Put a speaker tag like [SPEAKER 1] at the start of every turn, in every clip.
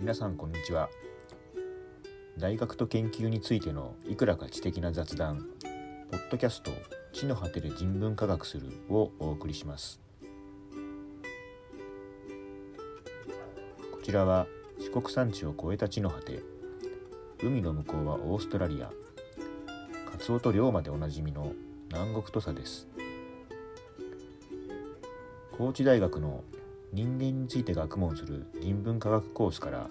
[SPEAKER 1] 皆さんこんにちは大学と研究についてのいくらか知的な雑談ポッドキャスト「地の果てで人文科学する」をお送りしますこちらは四国山地を越えた地の果て海の向こうはオーストラリアカツオと龍馬でおなじみの南国土佐です高知大学の人間について学問する人文科学コースから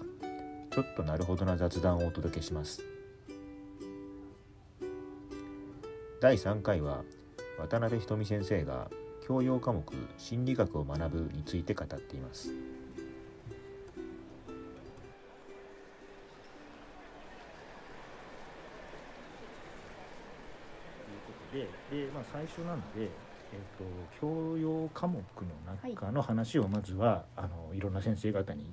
[SPEAKER 1] ちょっとなるほどな雑談をお届けします第3回は渡辺瞳先生が教養科目心理学を学ぶについて語っていますということでで、まあ、最初なので、えっと教養科目の中の話をまずは、い、あのいろんな先生方に、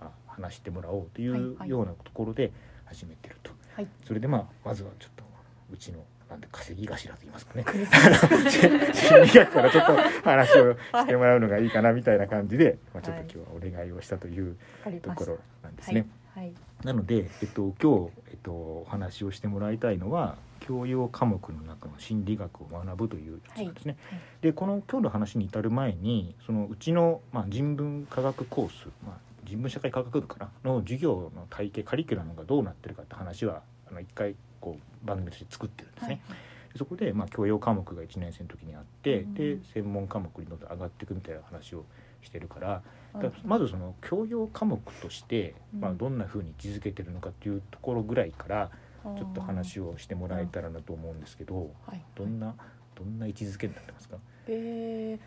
[SPEAKER 1] まあ、話してもらおうとい
[SPEAKER 2] はいうはい
[SPEAKER 1] ようなところで始めてると、
[SPEAKER 2] はい
[SPEAKER 1] それで、まあ、まずはちょっとうちのなんて稼ぎ頭と言いますかね
[SPEAKER 2] 苦しい
[SPEAKER 1] あのし 心理学からちょっと話をしてもらうのがいいかなみたいな感じで、まあ、ちょっと今日はお願いをしたという
[SPEAKER 2] わかり
[SPEAKER 1] と
[SPEAKER 2] ま
[SPEAKER 1] こ
[SPEAKER 2] した
[SPEAKER 1] ろなんですね。
[SPEAKER 2] はい、はい、
[SPEAKER 1] なので、えっと、今日、えっと、お話をしてもらいたいのは教養科目の中の心理学を学ぶというやつなんですね。
[SPEAKER 2] はいはい
[SPEAKER 1] でこの今日の話に至る前にそのうちの、まあ、人文科学コース、まあ、人文社会科学部かなの授業の体系カリキュラムがどうなってるかって話はあの一回こう番組として作ってるんですね。
[SPEAKER 2] はい
[SPEAKER 1] でそこで、まあ、教養科目が1年生の時にあって、
[SPEAKER 2] うん
[SPEAKER 1] で専門科目にどんどん上がっていくみたいな話をしてるから、
[SPEAKER 2] はい
[SPEAKER 1] だからまずその教養科目として、
[SPEAKER 2] うん
[SPEAKER 1] まあ、どんなふうに位置づけてるのかっていうところぐらいから
[SPEAKER 2] うん
[SPEAKER 1] ちょっと話をしてもらえたらなと思うんですけど
[SPEAKER 2] はいはい
[SPEAKER 1] どんなどんな位置づけになってますか
[SPEAKER 2] えー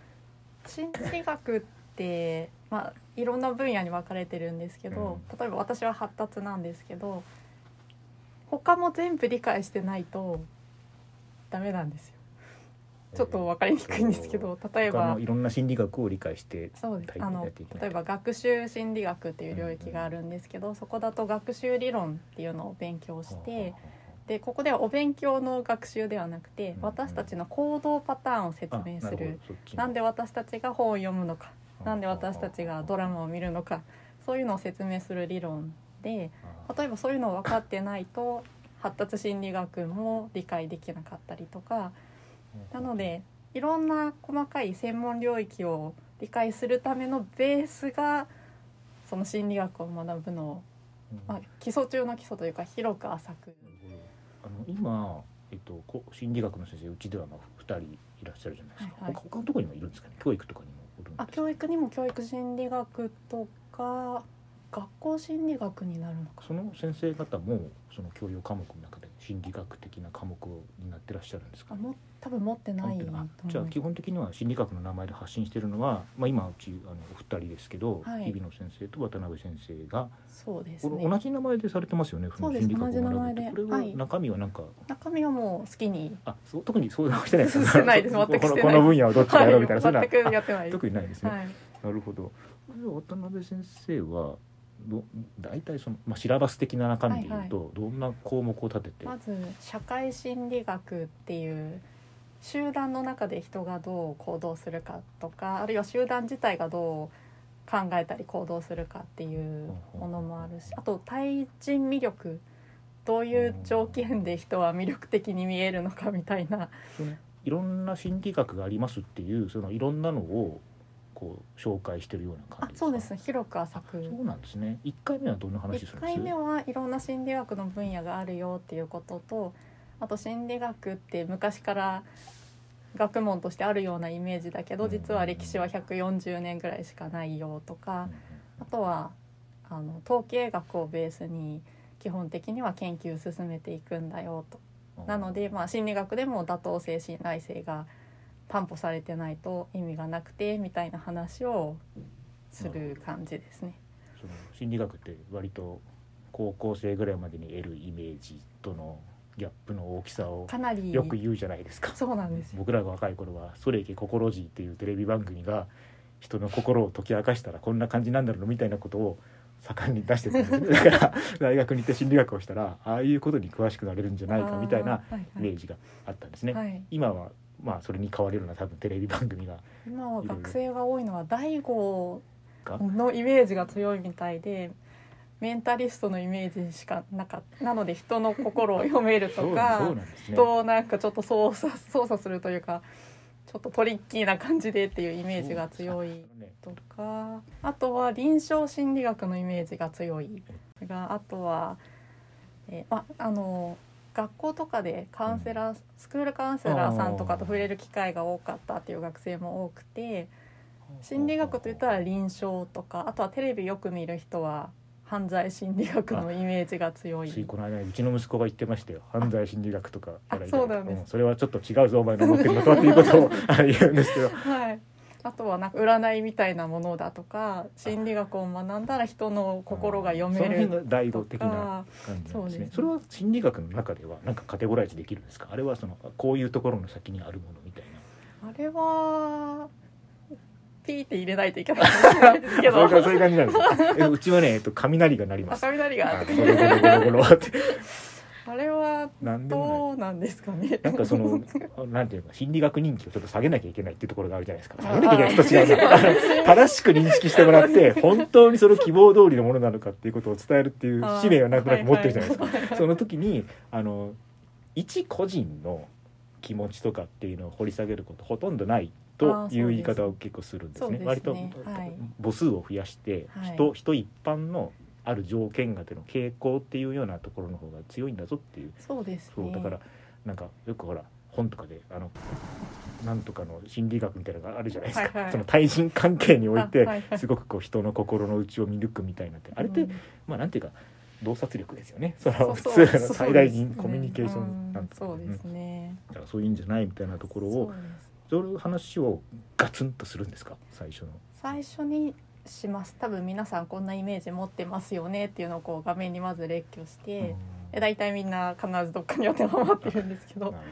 [SPEAKER 2] 心理学って、まあ、いろんな分野に分かれてるんですけど、例えば私は発達なんですけど他も全部理解してないとダメなんですよちょっと分かりにくいんですけど例え
[SPEAKER 1] 他
[SPEAKER 2] ば
[SPEAKER 1] のいろんな心理学を理解して
[SPEAKER 2] そうです
[SPEAKER 1] 体
[SPEAKER 2] あ
[SPEAKER 1] 験や
[SPEAKER 2] の
[SPEAKER 1] っていけない
[SPEAKER 2] 例えば学習心理学っていう領域があるんですけど、そこだと学習理論っていうのを勉強して。でここではお勉強の学習ではなくて、
[SPEAKER 1] うん
[SPEAKER 2] 私たちの行動パターンを説
[SPEAKER 1] あ
[SPEAKER 2] 明
[SPEAKER 1] な
[SPEAKER 2] す
[SPEAKER 1] るほど
[SPEAKER 2] る
[SPEAKER 1] そっちの
[SPEAKER 2] なんで私たちが本を読むのかなんで私たちがドラマを見るのかそういうのを説明する理論で
[SPEAKER 1] あー
[SPEAKER 2] 例えばそういうのを分かってないと発達心理学も理解できなかったりとかなのでいろんな細かい専門領域を理解するためのベースがその心理学を学ぶの、
[SPEAKER 1] うん
[SPEAKER 2] まあ、基礎中の基礎というか広く浅
[SPEAKER 1] な
[SPEAKER 2] く。
[SPEAKER 1] るほどあの今、えっと、こ心理学の先生うちではまあ2人いらっしゃるじゃないですか、
[SPEAKER 2] はいはい
[SPEAKER 1] 他他のところにもいるんですかね教育とかにもおるんですか
[SPEAKER 2] あ教育にも教育心理学とか学校心理学になるのか
[SPEAKER 1] その先生方もその教養科目の中で心理学的な科目になってらっしゃるんですか
[SPEAKER 2] あも多分持ってないと思
[SPEAKER 1] あ
[SPEAKER 2] う
[SPEAKER 1] じゃあ基本的には心理学の名前で発信してるのは、まあ、今うちあのお二人ですけど、
[SPEAKER 2] はい
[SPEAKER 1] 日々の先生と渡辺先生が、
[SPEAKER 2] そうです
[SPEAKER 1] お
[SPEAKER 2] ね
[SPEAKER 1] 同じ名前でされてますよね
[SPEAKER 2] そうです
[SPEAKER 1] の心理学を学ぶってこ
[SPEAKER 2] 同じ
[SPEAKER 1] れ
[SPEAKER 2] 名前で
[SPEAKER 1] は
[SPEAKER 2] はい
[SPEAKER 1] 中身は何か、
[SPEAKER 2] 中身はもう好きに
[SPEAKER 1] あそう特に相談はしてないか
[SPEAKER 2] してないです全くしてない
[SPEAKER 1] このこの分野をどっちがやろうみたいな、そんな
[SPEAKER 2] はい、全くやってないです
[SPEAKER 1] 特にないですね、
[SPEAKER 2] はい、
[SPEAKER 1] なるほど渡辺先生はど大体その、まあ、シラバス的な中身でいうと、どんな項目を立てて、
[SPEAKER 2] まず社会心理学っていう集団の中で人がどう行動するかとかあるいは集団自体がどう考えたり行動するかっていうものもあるしあと対人魅力どういう条件で人は魅力的に見えるのかみたいな
[SPEAKER 1] そのいろんな心理学がありますっていうそのいろんなのをこう紹介してるような感
[SPEAKER 2] あ
[SPEAKER 1] じですか
[SPEAKER 2] そうですね広く浅
[SPEAKER 1] そ
[SPEAKER 2] く
[SPEAKER 1] うなんですね1回目はどんな話する
[SPEAKER 2] 1
[SPEAKER 1] んです
[SPEAKER 2] 回目はいろんな心理学の分野があるよっていうこととあと心理学って昔から学問としてあるようなイメージだけ
[SPEAKER 1] う
[SPEAKER 2] ど
[SPEAKER 1] んうんうん
[SPEAKER 2] 実は歴史は140年ぐらいしかないよと
[SPEAKER 1] うん
[SPEAKER 2] か
[SPEAKER 1] うん
[SPEAKER 2] あとはあの統計学をベースに基本的には研究を進めていくんだよと
[SPEAKER 1] うん
[SPEAKER 2] なので、まあ、心理学でも妥当性信頼性が担保されてないと意味がなくてみたいな話をする感じですね。
[SPEAKER 1] その心理学って割と高校生ぐらいまでに得るイメージとのギャップの大きさを
[SPEAKER 2] かなり
[SPEAKER 1] よく言うじゃないですか
[SPEAKER 2] そうなんですよ
[SPEAKER 1] 僕らが若い頃は「それいけ心じ」っていうテレビ番組が人の心を解き明かしたらこんな感じなんだろうみたいなことを盛んに出してたんですね だから大学に行って心理学をしたらああいうことに詳しくなれるんじゃないかみたいな
[SPEAKER 2] あーはい
[SPEAKER 1] イ
[SPEAKER 2] はい
[SPEAKER 1] メージがあったんですね。
[SPEAKER 2] はい、
[SPEAKER 1] 今はまあそれに変われるような多分テレビ番組が
[SPEAKER 2] 今は学生が多いのは大悟
[SPEAKER 1] が
[SPEAKER 2] のイメージが強いみたいでメンタリストのイメージしかなかったなので人の心を読める
[SPEAKER 1] そ
[SPEAKER 2] と
[SPEAKER 1] う
[SPEAKER 2] か
[SPEAKER 1] そうなんですね。
[SPEAKER 2] 人をなんかちょっと操作操作するというかちょっとトリッキーな感じでっていうイメージが強い
[SPEAKER 1] そうね
[SPEAKER 2] とかあとは臨床心理学のイメージが強いがあとは、えーまあの学校とかでカウンセラー、スクールカウンセラーさんとかと触れる機会が多かったっていう学生も多くて心理学といったら臨床とかあとはテレビよく見る人は犯罪心理学のイメージが強い
[SPEAKER 1] ついこの間うちの息子が言ってましたよ犯罪心理学とかやられてる
[SPEAKER 2] あそうなんです
[SPEAKER 1] それはちょっと違うぞお前の思ってるのとはっていうことを あ言うんですけど
[SPEAKER 2] はい、あとはなんか占いみたいなものだとか心理学を学んだら人の心が読め
[SPEAKER 1] その
[SPEAKER 2] る
[SPEAKER 1] 辺が第
[SPEAKER 2] と
[SPEAKER 1] 五的な
[SPEAKER 2] か
[SPEAKER 1] 感じなんですねそ
[SPEAKER 2] そうですね
[SPEAKER 1] れは心理学の中ではなんかカテゴライズできるんですかあれはそのこういうところの先にあるものみたいな
[SPEAKER 2] あれはピーって入れないといけないかもしれないですけ
[SPEAKER 1] そういうかそ
[SPEAKER 2] ど
[SPEAKER 1] ういう感じなんですかえうちはね、えっと、雷が鳴りま
[SPEAKER 2] あ
[SPEAKER 1] す
[SPEAKER 2] 雷が
[SPEAKER 1] あゴロゴロゴロゴロって
[SPEAKER 2] あれは
[SPEAKER 1] なんでもない
[SPEAKER 2] どうなんですかね
[SPEAKER 1] なんかそのなんていうか心理学認知をちょっと下げなきゃいけないっていうところがあるじゃないですか下げなきゃいけない人違うなあの正しく認識してもらって本当にその希望通りのものなのかっていうことを伝えるっていう使命はなんとなく持ってるじゃないですか、
[SPEAKER 2] か
[SPEAKER 1] その時にあの一個人の気持ちとかっていうのを掘り下げることほとんどないという言い方を結構するんですね
[SPEAKER 2] そうですね
[SPEAKER 1] 割と、
[SPEAKER 2] はい
[SPEAKER 1] 母数を増やして
[SPEAKER 2] はい
[SPEAKER 1] 人人一般のある条件がでの傾向っていうようなところの方が強いんだぞっていう
[SPEAKER 2] そうです
[SPEAKER 1] そう
[SPEAKER 2] ね
[SPEAKER 1] だからなんかよくほら本とかであのなんとかの心理学みたいなのがあるじゃないですか、
[SPEAKER 2] はいはい
[SPEAKER 1] その対人関係におい
[SPEAKER 2] あはい
[SPEAKER 1] て
[SPEAKER 2] はい
[SPEAKER 1] すごくこう人の心の内を見抜くみたいなってあれって、
[SPEAKER 2] うん
[SPEAKER 1] まあなんていうか洞察力ですよねそ
[SPEAKER 2] そ
[SPEAKER 1] の
[SPEAKER 2] う
[SPEAKER 1] 普
[SPEAKER 2] そう
[SPEAKER 1] 通の
[SPEAKER 2] そう
[SPEAKER 1] 最大
[SPEAKER 2] で
[SPEAKER 1] 限
[SPEAKER 2] すね
[SPEAKER 1] コミュニケーションなん
[SPEAKER 2] うんそうです
[SPEAKER 1] ん
[SPEAKER 2] ね
[SPEAKER 1] だからそういうんじゃないみたいなところ
[SPEAKER 2] そ
[SPEAKER 1] を
[SPEAKER 2] うです
[SPEAKER 1] そういう話をガツンとするんですか最初の。
[SPEAKER 2] 最初にします多分皆さんこんなイメージ持ってますよねっていうのをこう画面にまず列挙して、え大体みんな必ずどっかに当てはまってるんですけ
[SPEAKER 1] うん
[SPEAKER 2] ど
[SPEAKER 1] なる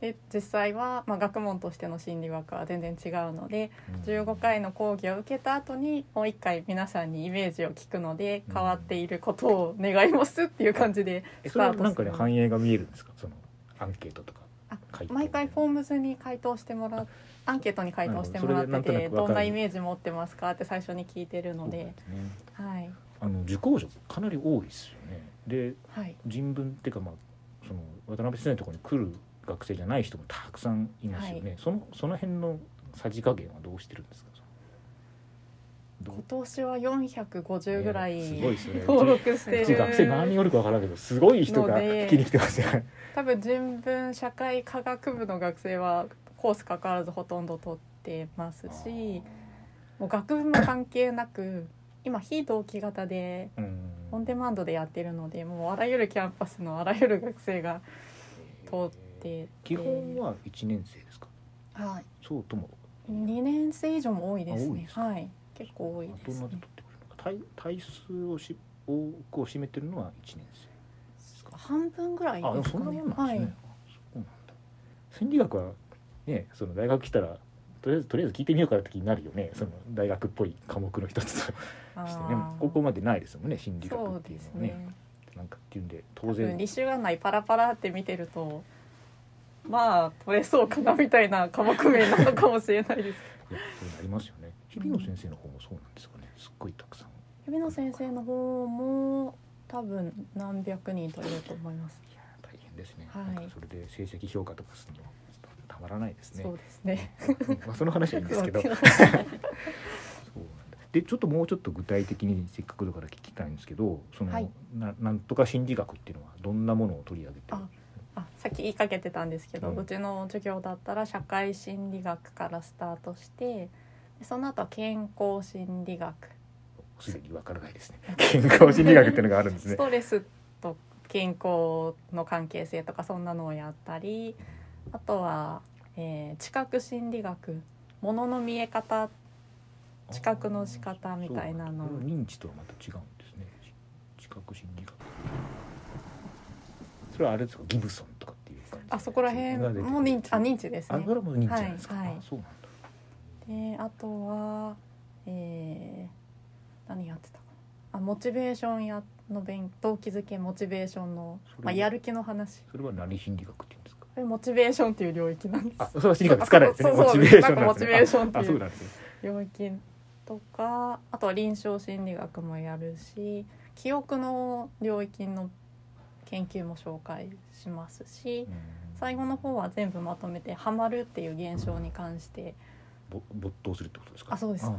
[SPEAKER 2] で実際は、まあ、学問としての心理学は全然違うので
[SPEAKER 1] ほど
[SPEAKER 2] 15回の講義を受けた後にもう1回皆さんにイメージを聞くので変わっていることを願いますっていう感じで
[SPEAKER 1] え
[SPEAKER 2] ス
[SPEAKER 1] それ
[SPEAKER 2] タ
[SPEAKER 1] は
[SPEAKER 2] ート
[SPEAKER 1] なんかね
[SPEAKER 2] する
[SPEAKER 1] 反映が見えるんですかそのアンケートとか
[SPEAKER 2] あ
[SPEAKER 1] 回答
[SPEAKER 2] 毎回フォームズに回答してもらうアンケートに回答してもら
[SPEAKER 1] な
[SPEAKER 2] っ
[SPEAKER 1] るほど
[SPEAKER 2] て
[SPEAKER 1] それでな
[SPEAKER 2] て
[SPEAKER 1] んとなくわかる
[SPEAKER 2] どんなイメージ持ってますかって最初に聞いてるの
[SPEAKER 1] そうな
[SPEAKER 2] で
[SPEAKER 1] ん。すね
[SPEAKER 2] はい
[SPEAKER 1] あの受講者かなり多いですよね。で
[SPEAKER 2] はい
[SPEAKER 1] 人文っていうかまあその渡辺先生のところに来る学生じゃない人もたくさんいますよね。そのその辺のさじ加減はどうしてるんですか。どう
[SPEAKER 2] 今年は450ぐらい
[SPEAKER 1] ねすごいですね。
[SPEAKER 2] 登録して
[SPEAKER 1] うちうち学生何人
[SPEAKER 2] る
[SPEAKER 1] よりかわからんけどすごい人が聞きに来てますよね。
[SPEAKER 2] 多分人文社会科学部の学生はコース関わらずほとんど取ってますしもう学部も関係なく今非同期型で
[SPEAKER 1] うん
[SPEAKER 2] オンデマンドでやってるのでもうあらゆるキャンパスのあらゆる学生が通って
[SPEAKER 1] 基本は一年生ですか。
[SPEAKER 2] はい
[SPEAKER 1] そうとも。
[SPEAKER 2] 2年生以上も多いです
[SPEAKER 1] あ多い
[SPEAKER 2] ね
[SPEAKER 1] ですか
[SPEAKER 2] はい結構多いで
[SPEAKER 1] どん
[SPEAKER 2] す
[SPEAKER 1] な
[SPEAKER 2] ね
[SPEAKER 1] で取ってくるのか。体体数をし多くを占めてるのは一年生。
[SPEAKER 2] 半分ぐら
[SPEAKER 1] あ、
[SPEAKER 2] い
[SPEAKER 1] でも
[SPEAKER 2] です
[SPEAKER 1] そ
[SPEAKER 2] か
[SPEAKER 1] んなもん
[SPEAKER 2] ね
[SPEAKER 1] なんですね。
[SPEAKER 2] はい
[SPEAKER 1] あそうなんだ。心理学はね、その大学来たらとりあえずとりあえず聞いてみようかなって気になるよね。その大学っぽい科目の一つと
[SPEAKER 2] あ
[SPEAKER 1] して
[SPEAKER 2] ー
[SPEAKER 1] ね、ここまでないですもんね、心理学
[SPEAKER 2] そ
[SPEAKER 1] っ
[SPEAKER 2] う
[SPEAKER 1] てい
[SPEAKER 2] で
[SPEAKER 1] う
[SPEAKER 2] す
[SPEAKER 1] のはね。
[SPEAKER 2] ね
[SPEAKER 1] なんかっていうんで当
[SPEAKER 2] 多分
[SPEAKER 1] 然
[SPEAKER 2] 履修案内パラパラって見てるとまあ取れそうかなみたいな科目名なのかもしれない です
[SPEAKER 1] いやそうなりますよね。日比野先生の方もそうなんですかね。すっごいたくさん。
[SPEAKER 2] 日比野先生の方も多分何百人取れると思います、
[SPEAKER 1] いや大変ですね。
[SPEAKER 2] はい
[SPEAKER 1] なんかそれで成績評価とかするのはちょっとたまらないですね
[SPEAKER 2] そう。ですね
[SPEAKER 1] まあその話はいいんですけ ど。そうなんだでちょっともうちょっと具体的にせっかくだから聞きたいんですけどその、
[SPEAKER 2] はい
[SPEAKER 1] ななんとか心理学っていうのはどんなものを取り上げてる
[SPEAKER 2] ああさっき言いかけてたんですけど、
[SPEAKER 1] う
[SPEAKER 2] うんちの授業だったら社会心理学からスタートしてでその後は健康心理学
[SPEAKER 1] すでにわからないですね 健康心理学っていうのがあるんです
[SPEAKER 2] ス
[SPEAKER 1] ね。
[SPEAKER 2] トレスと健康の関係性とかそんなのをやったりあとは、えー、知覚心理学物の見え方知覚の仕方みたいな
[SPEAKER 1] そう
[SPEAKER 2] の
[SPEAKER 1] なんだこれは認知とはまた違うんですね知覚心理学それはあれですかギブソンとかっていう感じ
[SPEAKER 2] あそこら辺
[SPEAKER 1] が出てくる
[SPEAKER 2] も認知あ認知です
[SPEAKER 1] あ
[SPEAKER 2] ね
[SPEAKER 1] そ。れはもう認知なんですか、
[SPEAKER 2] はいはい
[SPEAKER 1] あそうなんだ
[SPEAKER 2] であとは、えー、何やってたかなあモチベーションやの勉動機づけモチベーションの、
[SPEAKER 1] それ
[SPEAKER 2] まあ、やる気の話
[SPEAKER 1] それは何心理学って言うんですか
[SPEAKER 2] これモチベーションっていう領域なんです
[SPEAKER 1] あそれは心理学つかないですね
[SPEAKER 2] そうそう
[SPEAKER 1] モチベーション
[SPEAKER 2] なんかモチベーションって
[SPEAKER 1] あ
[SPEAKER 2] いう
[SPEAKER 1] そうなんですね
[SPEAKER 2] 領域とかあとは臨床心理学もやるし記憶の領域の研究も紹介しますし最後の方は全部まとめてハマるっていう現象に関して
[SPEAKER 1] ぼ没頭するってことですか
[SPEAKER 2] あそうです
[SPEAKER 1] あ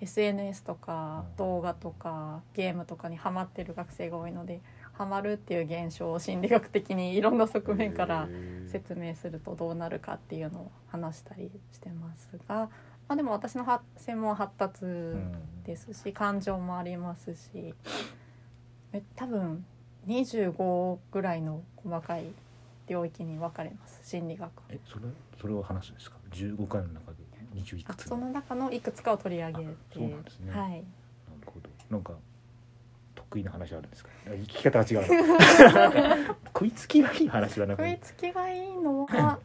[SPEAKER 2] SNS とか
[SPEAKER 1] うん
[SPEAKER 2] 動画とかゲームとかにハマってる学生が多いのでハマるっていう現象を心理学的にいろんな
[SPEAKER 1] ー
[SPEAKER 2] 側面から
[SPEAKER 1] へー
[SPEAKER 2] 説明するとどうなるかっていうのを話したりしてますが、まあ、でも私のは専門は発達
[SPEAKER 1] うん
[SPEAKER 2] ですし感情もありますしえ多分25ぐらいの細かい領域に分かれます心理学は
[SPEAKER 1] えそれそれを話すんですか15回の中で20い
[SPEAKER 2] あ
[SPEAKER 1] くつ
[SPEAKER 2] その中のいくつかを取り上げて
[SPEAKER 1] あそうなんですね
[SPEAKER 2] はい
[SPEAKER 1] なるほどなんか得意な話あるんですかあ聞き方は違う な食いつきがいい話はなく
[SPEAKER 2] 食いつきがいい のは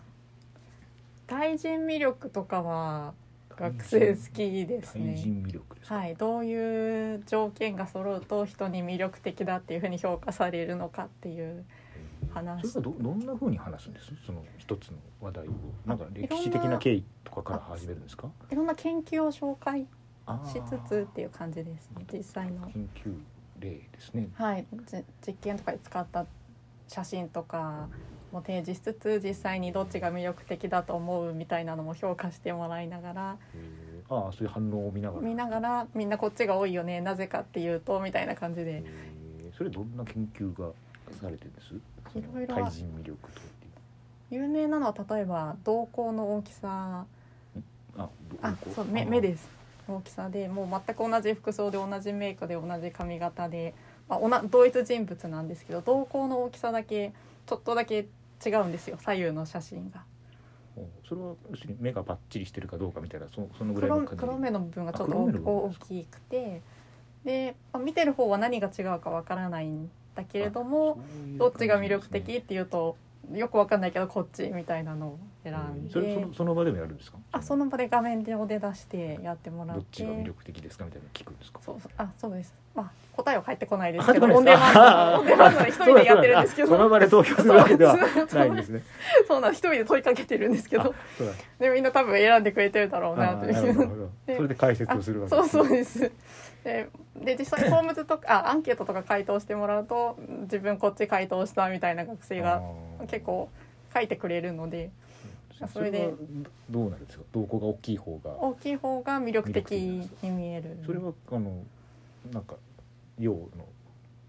[SPEAKER 2] 対人魅力とかは学生好きです
[SPEAKER 1] 対
[SPEAKER 2] ね。
[SPEAKER 1] 人魅力ですか、
[SPEAKER 2] はい、どういう条件が揃うと人に魅力的だっていうふうに評価されるのかっていう話
[SPEAKER 1] それはどどんな風に話すんですその一つの話題をなんか歴史的な経緯とかから始めるんですか
[SPEAKER 2] いろんな研究を紹介
[SPEAKER 1] あー
[SPEAKER 2] しつつっていう感じですね実際の、
[SPEAKER 1] 研究例ですね
[SPEAKER 2] はい、じ実験とかで使った写真とかも提示しつつ実際にどっちが魅力的だと思うみたいなのも評価してもらいながら
[SPEAKER 1] へーああそういう反応を見ながら
[SPEAKER 2] 見ながらみんなこっちが多いよねなぜかっていうとみたいな感じ
[SPEAKER 1] へ
[SPEAKER 2] で
[SPEAKER 1] ーそれどんな研究がされてるんですその
[SPEAKER 2] いろいろ
[SPEAKER 1] 対人魅力とかっていう
[SPEAKER 2] 有名なのは例えば瞳孔の大きさ
[SPEAKER 1] あど
[SPEAKER 2] あ
[SPEAKER 1] どこ
[SPEAKER 2] そう目
[SPEAKER 1] あー
[SPEAKER 2] 目です大きさでもう全く同じ服装で同じメイクで同じ髪型で、まあ、おな同一人物なんですけど瞳孔の大きさだけちょっとだけ違うんですよ左右の写真が
[SPEAKER 1] おそれは要するに目がパッチリしてるかどうかみたいなそそのぐらいの
[SPEAKER 2] 黒
[SPEAKER 1] 感じ
[SPEAKER 2] 黒目の部分がちょっと
[SPEAKER 1] あ黒目の部分
[SPEAKER 2] 大きくてで、まあ見てる方は何が違うかわからないんだけれどもどっちが魅力的っていうとよくわかんないけどこっちみたいなのを選ん
[SPEAKER 1] ん
[SPEAKER 2] で
[SPEAKER 1] それそのその場でもやるんですか
[SPEAKER 2] あその場で画面でお出出してやってもら
[SPEAKER 1] ど
[SPEAKER 2] っ
[SPEAKER 1] ってちが魅力的ですかみたいなの聞くんですか
[SPEAKER 2] そうそうあそうです。まあ答えは返ってこないです
[SPEAKER 1] あ
[SPEAKER 2] けど、
[SPEAKER 1] そ
[SPEAKER 2] オ
[SPEAKER 1] う
[SPEAKER 2] ン
[SPEAKER 1] で
[SPEAKER 2] デ
[SPEAKER 1] す
[SPEAKER 2] マン
[SPEAKER 1] か
[SPEAKER 2] ド、オンデマン ドで一人でやってるんですけ
[SPEAKER 1] あそうなんだあその
[SPEAKER 2] ど、
[SPEAKER 1] 場で投票するわけでは
[SPEAKER 2] そう
[SPEAKER 1] ないんですね。
[SPEAKER 2] そうなんです、一人で問いかけてるんですけど
[SPEAKER 1] あ、そうだ
[SPEAKER 2] でみんな多分選んでくれてるだろうな
[SPEAKER 1] あ
[SPEAKER 2] と
[SPEAKER 1] ー
[SPEAKER 2] い
[SPEAKER 1] なるほどなる
[SPEAKER 2] う。
[SPEAKER 1] ほど
[SPEAKER 2] で
[SPEAKER 1] それで解説をするわけ
[SPEAKER 2] そうそう
[SPEAKER 1] ね
[SPEAKER 2] です。でで実際フォームズとかあアンケートとか回答してもらうと自分こっち回答したみたいな学生が
[SPEAKER 1] あー
[SPEAKER 2] 結構書いてくれるのでそれで
[SPEAKER 1] はどうなるんですか瞳孔が大きい方が
[SPEAKER 2] 大きい方が魅力的に見える。
[SPEAKER 1] それはあのなんか洋の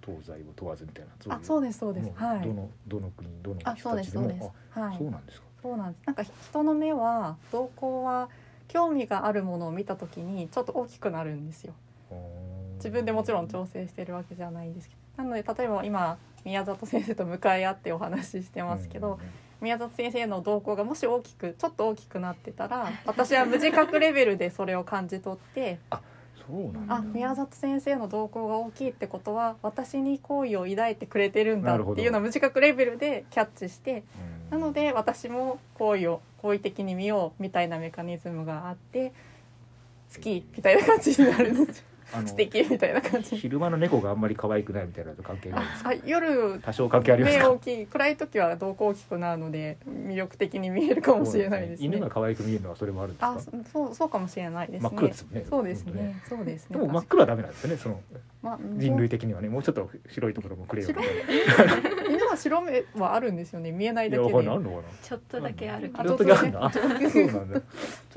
[SPEAKER 1] 東西を問わずみたいなそういう
[SPEAKER 2] あそうですそうです
[SPEAKER 1] もう
[SPEAKER 2] はい
[SPEAKER 1] ど。のどの国どの
[SPEAKER 2] あそう
[SPEAKER 1] 人た
[SPEAKER 2] です
[SPEAKER 1] ちで
[SPEAKER 2] そう
[SPEAKER 1] も
[SPEAKER 2] ですはい。
[SPEAKER 1] そうなんですか
[SPEAKER 2] そうなんです。なんか人の目は瞳孔は興味があるものを見たときにちょっと大きくなるんですよ。
[SPEAKER 1] あー
[SPEAKER 2] 自分でもちろん調整してるわけじゃないんですけど。なので例えば今宮里先生と向かい合ってお話ししてますけど、
[SPEAKER 1] うんうんうん
[SPEAKER 2] 宮里先生の瞳孔がもし大きくちょっと大きくなってたら私は無自覚レベルでそれを感じ取って
[SPEAKER 1] そうなんだ
[SPEAKER 2] あ宮里先生の瞳孔が大きいってことは私に好意を抱いてくれてるんだっていうのを無自覚レベルでキャッチして
[SPEAKER 1] うん
[SPEAKER 2] なので私も好意を好意的に見ようみたいなメカニズムがあって好きみたいな感じになる んですよ
[SPEAKER 1] あの
[SPEAKER 2] 素敵みたいな 感じ
[SPEAKER 1] 昼間の猫があんまり可愛くないみたいなのと関係ないです
[SPEAKER 2] あ夜
[SPEAKER 1] 多少関係あります
[SPEAKER 2] 目
[SPEAKER 1] か
[SPEAKER 2] 大きい暗い時は瞳孔大きくなるので魅力的に見えるかもしれないですね
[SPEAKER 1] 犬が可愛く見えるのはそれもあるんですか
[SPEAKER 2] あそそうそうかもしれないです
[SPEAKER 1] 真
[SPEAKER 2] ね
[SPEAKER 1] っ黒ですもんね
[SPEAKER 2] そうです
[SPEAKER 1] 本当
[SPEAKER 2] ねそうです
[SPEAKER 1] で
[SPEAKER 2] ね
[SPEAKER 1] も真っ黒はダメなんですよねその
[SPEAKER 2] ま
[SPEAKER 1] 人類的にはねもうちょっと白いところもくれよみたいな
[SPEAKER 2] 犬は白目はあるんですよね見えない
[SPEAKER 1] い
[SPEAKER 2] だ
[SPEAKER 1] や
[SPEAKER 2] けで
[SPEAKER 1] わ
[SPEAKER 2] ち
[SPEAKER 1] かんないあ
[SPEAKER 2] ょ
[SPEAKER 1] るのかな
[SPEAKER 3] ちょっとだけあるけ
[SPEAKER 2] あ
[SPEAKER 3] ど
[SPEAKER 1] ちょっとだけあるんだあそうなんだ
[SPEAKER 2] っ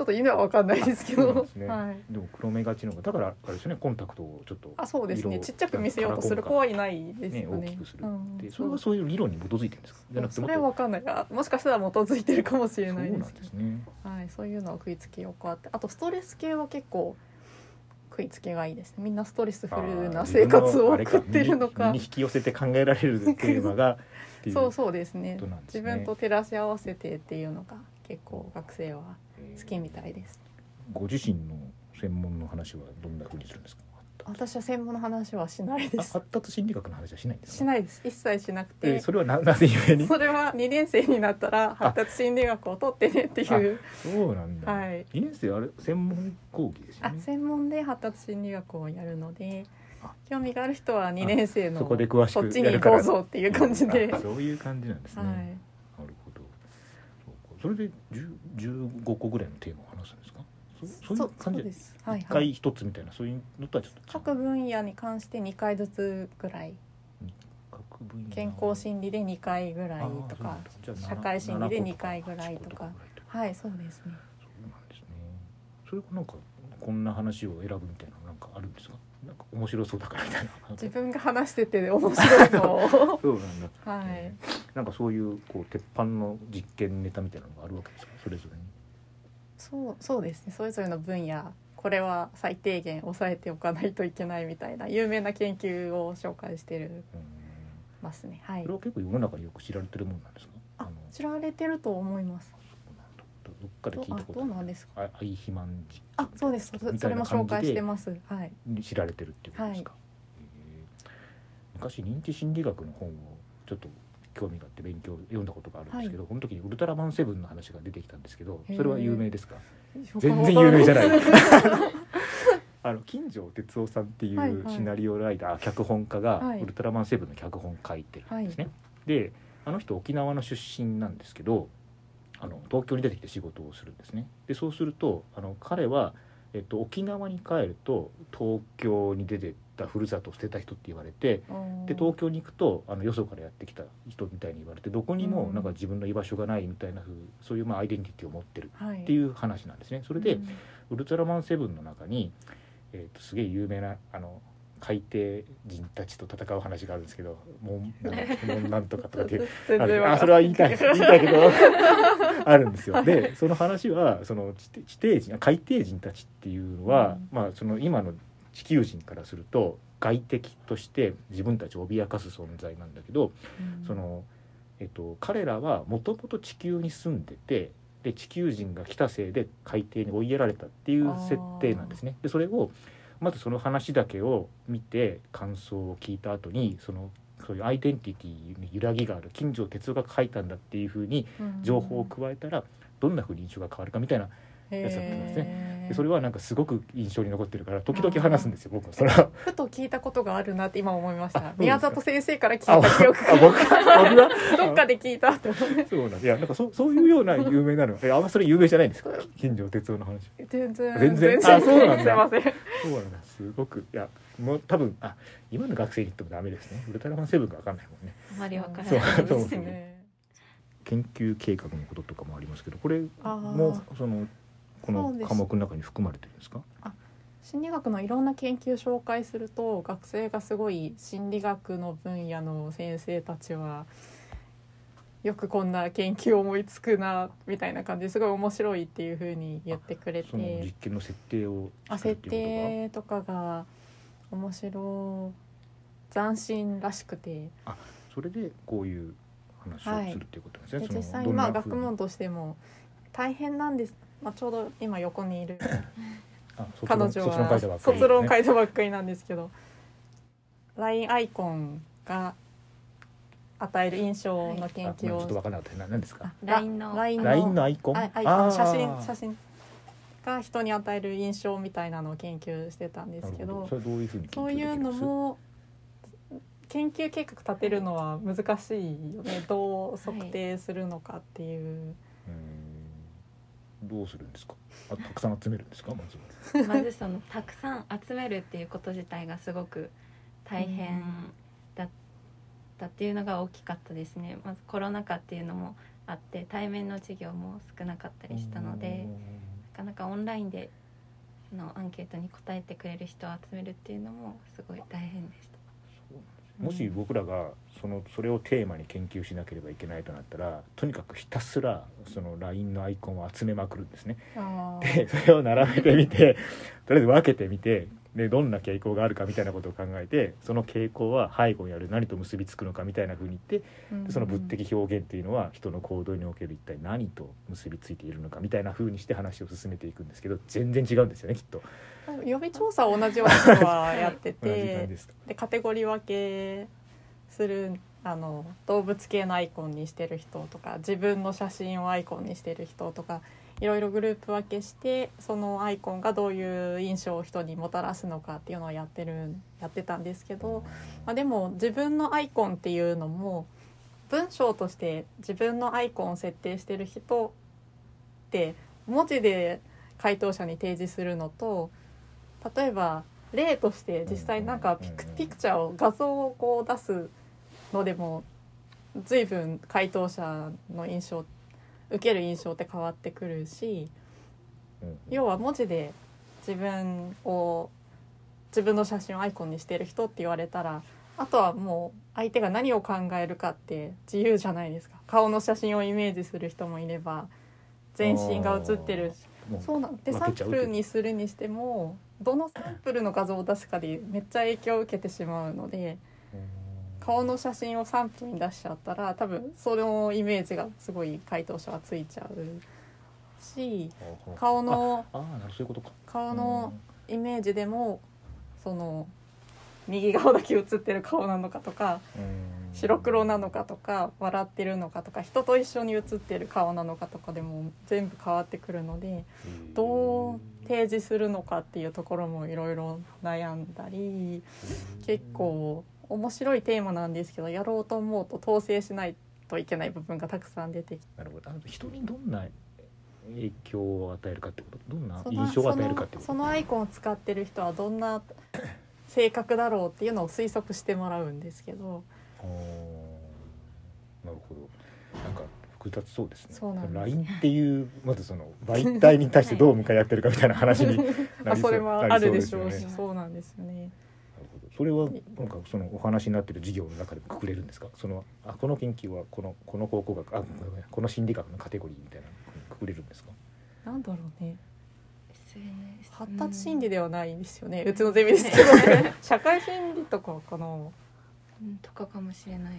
[SPEAKER 2] と犬はわかんないですけ
[SPEAKER 1] あそうなん
[SPEAKER 2] ど
[SPEAKER 1] ですね
[SPEAKER 2] はい
[SPEAKER 1] でも黒目がちの方がだからあれですよねコンタクトをちょっと
[SPEAKER 2] あそうですね
[SPEAKER 1] 色を
[SPEAKER 2] ちっちゃく見せようとする子はいないですよね
[SPEAKER 1] ね大きくする
[SPEAKER 2] うん
[SPEAKER 1] でそれはそういう理論に基づいてるんですかじゃなくて
[SPEAKER 2] そ
[SPEAKER 1] もっ
[SPEAKER 2] れ
[SPEAKER 1] と
[SPEAKER 2] は分かんないがもしかしたら基づいてるかもしれ
[SPEAKER 1] そう
[SPEAKER 2] な
[SPEAKER 1] ない
[SPEAKER 2] です
[SPEAKER 1] ん
[SPEAKER 2] け
[SPEAKER 1] で
[SPEAKER 2] ど
[SPEAKER 1] すね
[SPEAKER 2] はい、そういうのは食いつきよくあってあとストレス系は結構食いつきがいいですねみんなストレスフルな生活を送ってるの
[SPEAKER 1] あー自分あれ身
[SPEAKER 2] か
[SPEAKER 1] に身に引き寄せて考えられるテーマ がってい
[SPEAKER 2] そう
[SPEAKER 1] う
[SPEAKER 2] そうですね
[SPEAKER 1] ことなんですね
[SPEAKER 2] 自分と照らし合わせてっていうのが結構学生は好きみたいです
[SPEAKER 1] ご自身の専門の話はどんな風にするんですか
[SPEAKER 2] 私は専門の話はしないで
[SPEAKER 1] あ
[SPEAKER 2] す
[SPEAKER 1] 発達心理学の話はしないんですか
[SPEAKER 2] しないです一切しなく
[SPEAKER 1] え
[SPEAKER 2] て
[SPEAKER 1] ーそれはななぜゆえに
[SPEAKER 2] それは2年生になったら発達心理学を取ってねっていう
[SPEAKER 1] そうなんだ、
[SPEAKER 2] はい
[SPEAKER 1] 2年生あれ専門講義ですよ
[SPEAKER 2] あ
[SPEAKER 1] ね
[SPEAKER 2] 専門で発達心理学をやるので
[SPEAKER 1] あ
[SPEAKER 2] 興味がある人は2年生の
[SPEAKER 1] そこで詳し
[SPEAKER 2] そっ
[SPEAKER 1] く
[SPEAKER 2] ち
[SPEAKER 1] や
[SPEAKER 2] に
[SPEAKER 1] るから
[SPEAKER 2] どうぞっていう感じで、
[SPEAKER 1] あそういう感じなんですね、
[SPEAKER 2] はい、
[SPEAKER 1] なるほどそうかそれで10 15個ぐらいのテーマを話すんですかそうそういう感じで
[SPEAKER 2] です。はい
[SPEAKER 1] 一
[SPEAKER 2] はい。
[SPEAKER 1] 回一つみたいなそういうのとはちょっと違う
[SPEAKER 2] 各分野に関して2回ずつぐらい
[SPEAKER 1] 各分野
[SPEAKER 2] 健康診理で2回ぐらい
[SPEAKER 1] あー
[SPEAKER 2] と
[SPEAKER 1] そうな
[SPEAKER 2] か
[SPEAKER 1] んだじゃあ
[SPEAKER 2] 社会心理で
[SPEAKER 1] 7個とか
[SPEAKER 2] 2回ぐらいとか
[SPEAKER 1] 8個と
[SPEAKER 2] はいそうですね
[SPEAKER 1] そうなんですねそれがなんかこんな話を選ぶみたいなのなんかあるんですかなんか面白そうだからみたいな
[SPEAKER 2] 自分が話してて面白い と
[SPEAKER 1] そうなんだ
[SPEAKER 2] はい
[SPEAKER 1] なんかそういうこう鉄板の実験ネタみたいなのがあるわけですかそれぞれに
[SPEAKER 2] そうそうですねそれぞれの分野これは最低限押さえておかないといけないみたいな有名な研究を紹介してる
[SPEAKER 1] うん
[SPEAKER 2] ますねはい
[SPEAKER 1] それは結構世の中によく知られてるもんなんですか
[SPEAKER 2] あ
[SPEAKER 1] の
[SPEAKER 2] 知られてると思います
[SPEAKER 1] そうなんだどっかで
[SPEAKER 2] ど
[SPEAKER 1] 聞いた
[SPEAKER 2] あ
[SPEAKER 1] こと
[SPEAKER 2] どうなんですか
[SPEAKER 1] あ愛肥満実験
[SPEAKER 2] あそうですそ
[SPEAKER 1] み
[SPEAKER 2] そ
[SPEAKER 1] たい
[SPEAKER 2] れ
[SPEAKER 1] な
[SPEAKER 2] も
[SPEAKER 1] 感
[SPEAKER 2] 紹
[SPEAKER 1] じで
[SPEAKER 2] 介してますはい
[SPEAKER 1] 知られてるっていうことですか、へえ昔認知心理学の本をちょっと興味があって勉強読んだことがあるんですけど、この時に「ウルトラマンセブン」の話が出てきたんですけど
[SPEAKER 2] へえ
[SPEAKER 1] それは有名ですか全然有名じゃないあの金城哲夫さんってい
[SPEAKER 2] はいは
[SPEAKER 1] う
[SPEAKER 2] い
[SPEAKER 1] シナリオライター、脚本家が「
[SPEAKER 2] はい
[SPEAKER 1] ウルトラマンセブン」の脚本書いてるんですね、であの人沖縄の出身なんですけどあの東京に出てきて仕事をするんですねでそうするとあの彼は、えっと、沖縄に帰ると東京に出てったふるさとを捨てた人って言われてで東京に行くとあのよそからやってきた人みたいに言われてどこにもなんか自分の居場所がないみたいな風そういうまあアイデンティティを持ってる
[SPEAKER 2] っ
[SPEAKER 1] っていう話なんですね。それで、
[SPEAKER 2] うん
[SPEAKER 1] ウルトラマンセブンの中に、えー、とすげえ有名なあの海底人たちと戦う話があるんですけど「もんなんもんなんとか」とかっていう
[SPEAKER 2] 全
[SPEAKER 1] あ
[SPEAKER 2] 然
[SPEAKER 1] るあ
[SPEAKER 2] わか
[SPEAKER 1] そ
[SPEAKER 2] ん
[SPEAKER 1] れ
[SPEAKER 2] ない
[SPEAKER 1] は言い たい言いたいけど あるんですよ。でその話はその地底地底人海底人たちっていうのは、
[SPEAKER 2] うん
[SPEAKER 1] まあ、その今の地球人からすると外敵として自分たちを脅かす存在なんだけど
[SPEAKER 2] うん
[SPEAKER 1] その、えっと、彼らはもともと地球に住んでてで地球人が来たせいで海底に追いやられたっていう設定なんですね。でそれをまずその話だけを見て感想を聞いた後にそのそういうアイデンティティに揺らぎがある金城哲夫が書いたんだっていうふうに情報を加えたらどんなふうに印象が変わるかみたいなやつだったんですね
[SPEAKER 2] ね
[SPEAKER 1] でそれはなんかすごく印象に残ってるから時々話すんですよ僕はそれは。
[SPEAKER 2] ふと聞いたことがあるなって今思いまし
[SPEAKER 1] あそうで
[SPEAKER 2] た
[SPEAKER 1] すか
[SPEAKER 2] 宮里先生から聞い
[SPEAKER 1] あ
[SPEAKER 2] た
[SPEAKER 1] 僕
[SPEAKER 2] 記憶
[SPEAKER 1] あ僕は 僕は
[SPEAKER 2] がどっかで聞いたって思って
[SPEAKER 1] そうなんいやなんかそうそういうような有名なのえあんまそれ有名じゃないんですか金城哲夫の話
[SPEAKER 2] 全然
[SPEAKER 1] 全然あそうなんだ
[SPEAKER 2] すいません
[SPEAKER 1] そうなんだすごくいやもう多分あ今の学生に言ってもダメですねウルトラマンセブンが分かんないもんね
[SPEAKER 3] あまりわから
[SPEAKER 1] そう
[SPEAKER 3] ない
[SPEAKER 1] そ
[SPEAKER 3] で
[SPEAKER 1] う
[SPEAKER 3] す
[SPEAKER 1] そう
[SPEAKER 3] ね。
[SPEAKER 2] ね
[SPEAKER 1] 研究計画のこととかもありますけどこれ
[SPEAKER 2] あー
[SPEAKER 1] もそのこ
[SPEAKER 2] そう
[SPEAKER 1] の
[SPEAKER 2] です
[SPEAKER 1] 科目の中に含まれてるんですか
[SPEAKER 2] 心理学のいろんな研究紹介すると学生がすごい心理学の分野の先生たちはよくこんな研究思いつくなみたいな感じですごい面白いっていうふうに言ってくれて
[SPEAKER 1] その実験の設定を
[SPEAKER 2] あ
[SPEAKER 1] 作るっ
[SPEAKER 2] 設
[SPEAKER 1] ていう
[SPEAKER 2] 定とかが面白い斬新らしくて
[SPEAKER 1] ことがそれでこういう話
[SPEAKER 2] は
[SPEAKER 1] を
[SPEAKER 2] い
[SPEAKER 1] するっていうことなんですね、
[SPEAKER 2] で
[SPEAKER 1] その
[SPEAKER 2] 実際
[SPEAKER 1] ど
[SPEAKER 2] に
[SPEAKER 1] ん
[SPEAKER 2] ま
[SPEAKER 1] な
[SPEAKER 2] あ
[SPEAKER 1] ふうに
[SPEAKER 2] 学問としても大変なんです、まあ、ちょうど今横にいる
[SPEAKER 1] あ卒
[SPEAKER 2] 彼
[SPEAKER 1] 論
[SPEAKER 2] 女
[SPEAKER 1] 卒論書いたば
[SPEAKER 2] は
[SPEAKER 1] っかり
[SPEAKER 2] 卒論書いたばっかりなんですけど LINE アイコンが与える印象の研究
[SPEAKER 1] あちょっと分
[SPEAKER 2] を
[SPEAKER 1] からなかったな何ですか
[SPEAKER 2] ラ
[SPEAKER 3] LINE の
[SPEAKER 2] LINE の
[SPEAKER 1] LINE のアイコン
[SPEAKER 2] あアイコン写
[SPEAKER 1] あ
[SPEAKER 2] 真
[SPEAKER 1] ー
[SPEAKER 2] 写真が人に与える印象みたいなのを研究してたんです
[SPEAKER 1] な
[SPEAKER 2] け
[SPEAKER 1] る
[SPEAKER 2] ど
[SPEAKER 1] ほそれどういうふうに研
[SPEAKER 2] そ
[SPEAKER 1] 究
[SPEAKER 2] う
[SPEAKER 1] でき
[SPEAKER 2] い
[SPEAKER 1] る
[SPEAKER 2] う
[SPEAKER 1] で
[SPEAKER 2] んの
[SPEAKER 1] す
[SPEAKER 2] も研究計画立てるのは難しいよねどう測定するのかっていう、
[SPEAKER 1] うーんどうするんですか。あ、たくさん集めるんですか、まずは。
[SPEAKER 3] まずそのたくさん集めるっていうこと自体がすごく大変だったっていうのが大きかったですね。まずコロナ禍っていうのもあって対面の授業も少なかったりしたので、なかなかオンラインでのアンケートに答えてくれる人を集めるっていうのもすごい大変でした。
[SPEAKER 1] もし僕らがそのそれをテーマに研究しなければいけないとなったらとにかくひたすらその LINE のアイコンを集めまくるんですね
[SPEAKER 2] あー
[SPEAKER 1] でそれを並べてみてとりあえず分けてみてでどんな傾向があるかみたいなことを考えてその傾向は背後にある何と結びつくのかみたいなふうに言ってでその物的表現というのは人の行動における一体何と結びついているのかみたいなふうにして話を進めていくんですけど全然違うんですよねきっと。
[SPEAKER 2] うん予備調査を同じような人はやって
[SPEAKER 1] 同じ感
[SPEAKER 2] て
[SPEAKER 1] じですか
[SPEAKER 2] でカテゴリー分けするあの動物系のアイコンにしてる人とか自分の写真をアイコンにしてる人とかいろいろグループ分けしてそのアイコンがどういう印象を人にもたらすのかっていうのをやってるやってたんですけど、まあ、でも自分のアイコンっていうのも文章として自分のアイコンを設定してる人って文字で回答者に提示するのと例えば例として実際なんかピク
[SPEAKER 1] うんうんうん
[SPEAKER 2] ピクチャーを画像をこう出すのでも随分回答者の印象受ける印象って変わってくるし
[SPEAKER 1] うん
[SPEAKER 2] 要は文字で自分を自分の写真をアイコンにしてる人って言われたらあとはもう相手が何を考えるかって自由じゃないですか顔の写真をイメージする人もいれば全身が写ってる
[SPEAKER 1] もう
[SPEAKER 2] そうなんでサ
[SPEAKER 1] 分け
[SPEAKER 2] ン
[SPEAKER 1] ちゃう
[SPEAKER 2] プルにするにしてもどのサンプルの画像を出すかでめっちゃ影響を受けてしまうので顔の写真をサンプルに出しちゃったら多分そのイメージがすごい回答者はついちゃうし顔の
[SPEAKER 1] ああーなるほどそういうことか
[SPEAKER 2] 顔のイメージでもその右側だけ写ってる顔なのかとか
[SPEAKER 1] うん
[SPEAKER 2] 白黒なのかとか笑ってるのかとか人と一緒に写ってる顔なのかとかでも全部変わってくるので。
[SPEAKER 1] うん
[SPEAKER 2] どう提示するのかっていうところもいろいろ悩んだり結構面白いテーマなんですけどやろうと思うと統制しないといけない部分がたくさん出てきて
[SPEAKER 1] なるほどあ人にどんな影響を与えるかってことどんな
[SPEAKER 2] その
[SPEAKER 1] 印象を与えるかってこと
[SPEAKER 2] そのそのアイコンを使ってる人はどんな性格だろうっていうのを推測してもらうんですけど
[SPEAKER 1] あーなるほどなんか複雑そうですね
[SPEAKER 2] そうなんです
[SPEAKER 1] LINE っていうまずその媒体に対してどう向かい合ってるかみたいな話 になりう
[SPEAKER 2] まあそれもあるでしょう
[SPEAKER 1] なり
[SPEAKER 2] し
[SPEAKER 1] そ
[SPEAKER 3] ね
[SPEAKER 2] そうなんですよね。
[SPEAKER 1] なるほどそれはなんかそのお話になってる授業の中でもくくれるんですかそのあこの研究はこのこの考古学あごめんごめんこの心理学のカテゴリーみたいなのくくれるんですか
[SPEAKER 2] なんだろうね
[SPEAKER 3] SNS
[SPEAKER 2] 発達心理
[SPEAKER 3] で、
[SPEAKER 2] ではないんですよね、うちのゼミですけど 社会心理とかかな
[SPEAKER 3] うん、とかかもしれない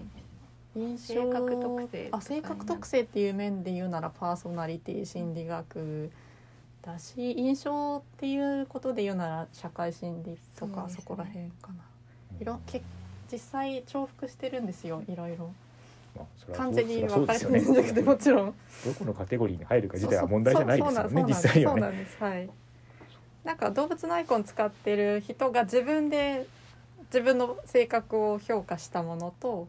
[SPEAKER 2] 印
[SPEAKER 3] 性格特性
[SPEAKER 2] あ性格特性っていう面で言うならパーソナリティ心理学だし印象っていうことで言うなら社会心理と
[SPEAKER 3] そう
[SPEAKER 2] か
[SPEAKER 3] です
[SPEAKER 2] そ
[SPEAKER 3] ね
[SPEAKER 2] こら辺かな色
[SPEAKER 1] うん
[SPEAKER 2] 結実際重複してるんですよいろいろ
[SPEAKER 1] まあそれは
[SPEAKER 2] 完全に
[SPEAKER 1] そ
[SPEAKER 2] 分
[SPEAKER 1] う
[SPEAKER 2] か
[SPEAKER 1] で
[SPEAKER 2] れ
[SPEAKER 1] す
[SPEAKER 2] て
[SPEAKER 1] よ
[SPEAKER 2] る
[SPEAKER 1] ね
[SPEAKER 2] んじゃなくてもちろん
[SPEAKER 1] どこのカテゴリーに入るか自体は問題じゃないですよ
[SPEAKER 2] そうそう
[SPEAKER 1] ね実際は
[SPEAKER 2] そうな
[SPEAKER 1] ね
[SPEAKER 2] んですそうなんですはいなんか動物のアイコン使ってる人が自分で自分の性格を評価したものと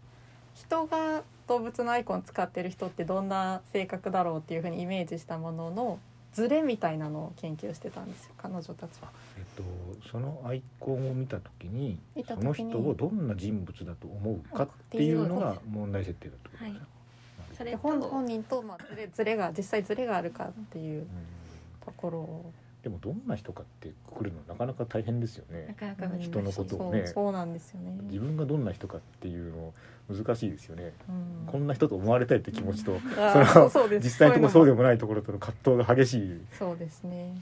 [SPEAKER 2] 人が動物のアイコン使ってる人ってどんな性格だろうっていうふうにイメージしたもののズレみたいなのを研究してたんですよ彼女たちは。
[SPEAKER 1] えっと、そのアイコンを見た時に
[SPEAKER 2] 見た
[SPEAKER 1] そ
[SPEAKER 2] 時に
[SPEAKER 1] の人をどんな人物だと思うかっていうのが問題設定だってことですね。
[SPEAKER 3] それ
[SPEAKER 2] で
[SPEAKER 3] と
[SPEAKER 2] 本本人とまあズレズレが実際ズレがあるかっていう
[SPEAKER 1] うん
[SPEAKER 2] ところを
[SPEAKER 1] でもどんな人かってくくるのなかなか大変ですよ
[SPEAKER 3] な
[SPEAKER 1] ね。
[SPEAKER 3] かなか難しい
[SPEAKER 1] 人のこと
[SPEAKER 2] そう,、
[SPEAKER 1] ね
[SPEAKER 2] そうなんですよね。
[SPEAKER 1] 自分がどんな人かっていうの難しいですよね。
[SPEAKER 2] うん
[SPEAKER 1] こんな人と思われたいって気持ち とそ
[SPEAKER 2] あ
[SPEAKER 1] の
[SPEAKER 2] ーそうそうです
[SPEAKER 1] 実際のところそう
[SPEAKER 2] い
[SPEAKER 1] で
[SPEAKER 2] の
[SPEAKER 1] もないところとの葛藤が激しい。
[SPEAKER 2] そうですね。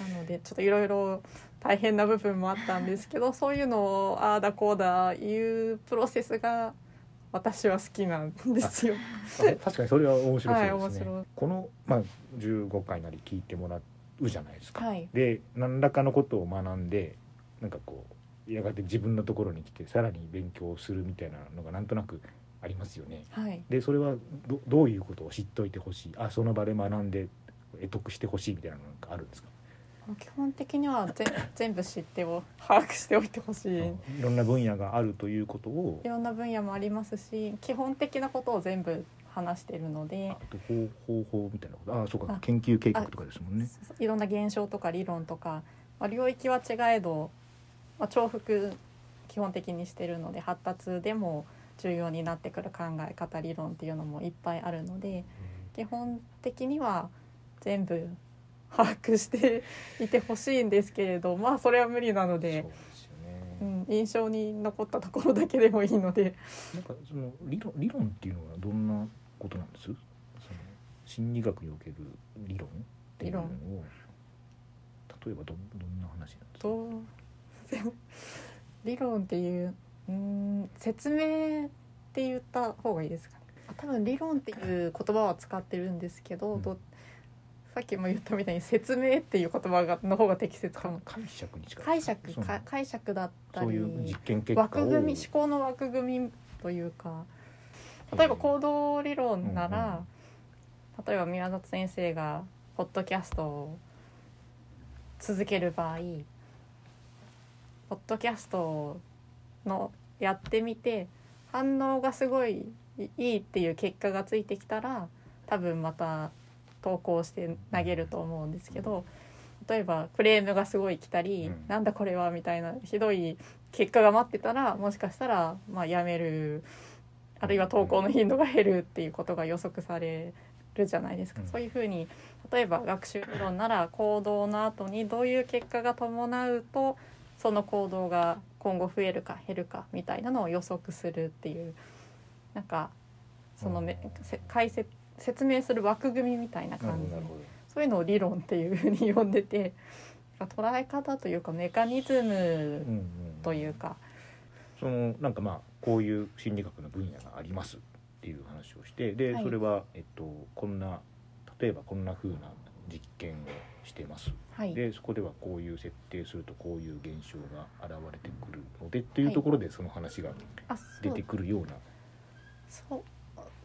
[SPEAKER 2] なのでちょっといろいろ大変な部分もあったんですけど、そういうのをああだこうだいうプロセスが私は好きなんですよ。
[SPEAKER 1] あ確かにそれは面白そうですね。
[SPEAKER 2] はい面白い
[SPEAKER 1] このまあ15回なり聞いてもらうじゃないですか。
[SPEAKER 2] はい。
[SPEAKER 1] で何らかのことを学んでなんかこうやがて自分のところに来てさらに勉強するみたいなのがなんとなくありますよね。
[SPEAKER 2] はい。
[SPEAKER 1] でそれはどどういうことを知っといてほしいあその場で学んで得得してほしいみたいなのなんかあるんですか、
[SPEAKER 2] 基本的には全全部知ってを把握しておいてほしい。
[SPEAKER 1] いろんな分野があるということを
[SPEAKER 2] いろんな分野もありますし、基本的なことを全部話しているので
[SPEAKER 1] あ。と方方法みたいなことあそうか
[SPEAKER 2] あ
[SPEAKER 1] 研究計画とかですもんね。
[SPEAKER 2] そうそういろんな現象とか理論とか、まあ、領域は違えど、まあ、重複基本的にしてるので発達でも重要になってくる考え方理論っていうのもいっぱいあるので基本的には全部把握していてほしいんですけれどまあそれは無理なの
[SPEAKER 1] そう
[SPEAKER 2] で、
[SPEAKER 1] ですよね
[SPEAKER 2] うん、印象に残ったところだけでもいいので
[SPEAKER 1] なんかその理論理論っていうのはどんなことなんです？その心理学における理論っていうのを
[SPEAKER 2] 理
[SPEAKER 1] 例えばどどんな話なんですか？
[SPEAKER 2] どう理論っていううん説明って言った方がいいですかねあ多分理論っていう言葉は使ってるんですけど、
[SPEAKER 1] うん
[SPEAKER 2] どさっきも言ったみたいに説明っていう言葉がの方が適切か
[SPEAKER 1] か
[SPEAKER 2] も
[SPEAKER 1] 解釈に近い
[SPEAKER 2] 解
[SPEAKER 1] ですか
[SPEAKER 2] 釈
[SPEAKER 1] その
[SPEAKER 2] か解釈だった
[SPEAKER 1] そうい
[SPEAKER 2] り
[SPEAKER 1] う実験結果を
[SPEAKER 2] 枠組み思考の枠組みというか例えば行動理論なら、例えば宮里先生がポッドキャストを続ける場合ポッドキャストのやってみて反応がすごいいいっていう結果がついてきたら多分また投稿して投げると思うんですけど例えばクレームがすごい来たり、
[SPEAKER 1] うん
[SPEAKER 2] なんだこれはみたいなひどい結果が待ってたらもしかしたらまあやめるあるいは投稿の頻度が減るっていうことが予測されるじゃないですか。
[SPEAKER 1] うん
[SPEAKER 2] そういうふうに例えば学習理論なら行動の後にどういう結果が伴うとその行動が今後増えるか減るかみたいなのを予測するっていうなんかそのめ
[SPEAKER 1] うん
[SPEAKER 2] せ解説説明する枠組みみたい
[SPEAKER 1] な
[SPEAKER 2] な
[SPEAKER 1] る
[SPEAKER 2] 感
[SPEAKER 1] ほど
[SPEAKER 2] じ
[SPEAKER 1] なるほど
[SPEAKER 2] そういうのを理論っていうふうに呼んでて捉え方というかメカニズ
[SPEAKER 1] う
[SPEAKER 2] ム
[SPEAKER 1] んうん
[SPEAKER 2] というか
[SPEAKER 1] そのなんかまあこういう心理学の分野がありますっていう話をしてで、
[SPEAKER 2] はい
[SPEAKER 1] それは、えっと、こんな例えばこんな風な実験をしてます
[SPEAKER 2] はい
[SPEAKER 1] でそこではこういう設定するとこういう現象が現れてくるのでっていうところでその話が
[SPEAKER 2] あ
[SPEAKER 1] 出
[SPEAKER 2] そう
[SPEAKER 1] てくるような
[SPEAKER 2] そう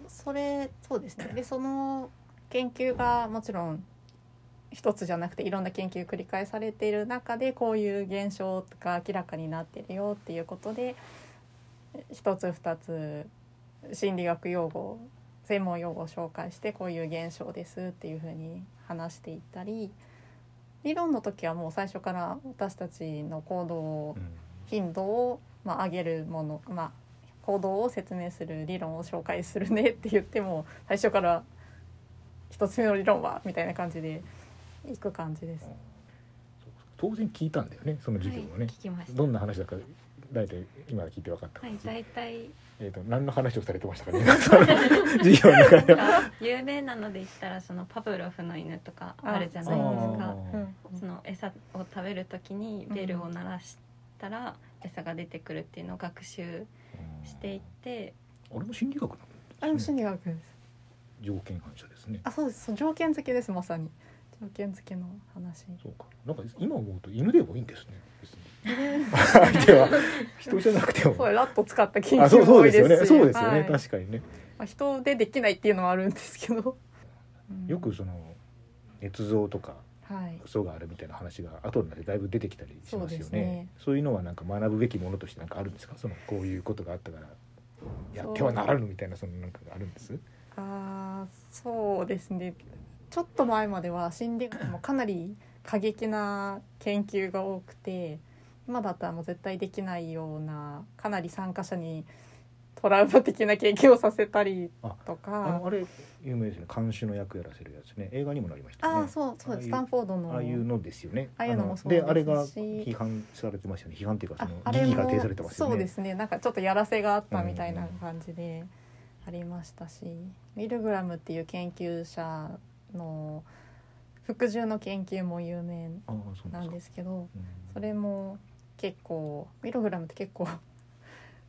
[SPEAKER 2] それそうですねでその研究がもちろん一つじゃなくていろんな研究繰り返されている中でこういう現象が明らかになってるよっていうことで一つ二つ心理学用語専門用語を紹介してこういう現象ですっていうふうに話していったり理論の時はもう最初から私たちの行動を頻度を、まあ、上げるもの、まあ、行動を説明する理論を紹介するねって言っても最初から一つ目の理論はみたいな感じでいく感じで
[SPEAKER 1] う
[SPEAKER 2] す
[SPEAKER 1] ん。当然聞いたんだよねその授業を
[SPEAKER 3] はい、
[SPEAKER 1] ね、
[SPEAKER 3] 聞きました
[SPEAKER 1] どんな話だか大体今聞いて分かった
[SPEAKER 3] は
[SPEAKER 1] 感
[SPEAKER 3] い
[SPEAKER 1] じ、
[SPEAKER 3] 大体
[SPEAKER 1] えっと何の話をされてましたかね その授業の中では
[SPEAKER 3] 有名なので言ったらそのパブロフの犬とかあるじゃないです
[SPEAKER 1] あ
[SPEAKER 3] か
[SPEAKER 1] ー
[SPEAKER 2] うん
[SPEAKER 3] その餌を食べる時にベルを鳴らしたら餌が出てくるっていうのを学習していって
[SPEAKER 1] 俺も心理学
[SPEAKER 2] あ
[SPEAKER 1] な
[SPEAKER 2] れ
[SPEAKER 1] ん
[SPEAKER 2] も
[SPEAKER 1] ですね
[SPEAKER 2] 心理学です。
[SPEAKER 1] 条件反射ですね
[SPEAKER 2] あ、そうです。そう条件付けです。まさに条件付けの話。
[SPEAKER 1] そうかなんか今思うと犬でもいいんですね別に 相手は人じゃなくても
[SPEAKER 2] そうラット使った研
[SPEAKER 1] あそう
[SPEAKER 2] 究
[SPEAKER 1] そ
[SPEAKER 2] も
[SPEAKER 1] う
[SPEAKER 2] 多い
[SPEAKER 1] ですよ
[SPEAKER 2] で
[SPEAKER 1] ね
[SPEAKER 2] すし。
[SPEAKER 1] そうですよね、
[SPEAKER 2] はいま
[SPEAKER 1] 確かにね
[SPEAKER 2] あ、人でできないっていうのもあるんですけど。うん
[SPEAKER 1] よくその捏造とか
[SPEAKER 2] はい。
[SPEAKER 1] 嘘があるみたいな話が後になってだいぶ出てきたりしますよね
[SPEAKER 2] そうで
[SPEAKER 1] そう
[SPEAKER 2] すね
[SPEAKER 1] いうのはなんか学ぶべきものとしてなんかあるんですかそのこういうことがあったからやってはならぬみたいなそのなんかがあるんです
[SPEAKER 2] あーそうですねちょっと前までは心理学もかなり過激な研究が多くて今だったらもう絶対できないようなかなり参加者にトラウマ的な経験をさせたりと
[SPEAKER 1] あ
[SPEAKER 2] か
[SPEAKER 1] のあれ有名ですね監修の役やらせるやつね映画にもなりました
[SPEAKER 2] あ
[SPEAKER 1] よね
[SPEAKER 2] あーそうそう
[SPEAKER 1] ああいう
[SPEAKER 2] ですスタンフォードの
[SPEAKER 1] ああいうのですよね。
[SPEAKER 2] ああいうのもそう
[SPEAKER 1] で
[SPEAKER 2] ですし
[SPEAKER 1] あれが批判されてましたよね。批判っていうかその
[SPEAKER 2] ああ
[SPEAKER 1] 疑
[SPEAKER 2] れ
[SPEAKER 1] 義
[SPEAKER 2] も
[SPEAKER 1] が呈されてますよね。
[SPEAKER 2] そうですねなんかちょっとやらせがあったみたいな感じでありましたし、ミルグラムっていう研究者の服従の研究も有名
[SPEAKER 1] ああそうな
[SPEAKER 2] なんん
[SPEAKER 1] で
[SPEAKER 2] です
[SPEAKER 1] か。
[SPEAKER 2] すけ
[SPEAKER 1] う
[SPEAKER 2] ど
[SPEAKER 1] ん
[SPEAKER 2] それも結構ミログラムって結構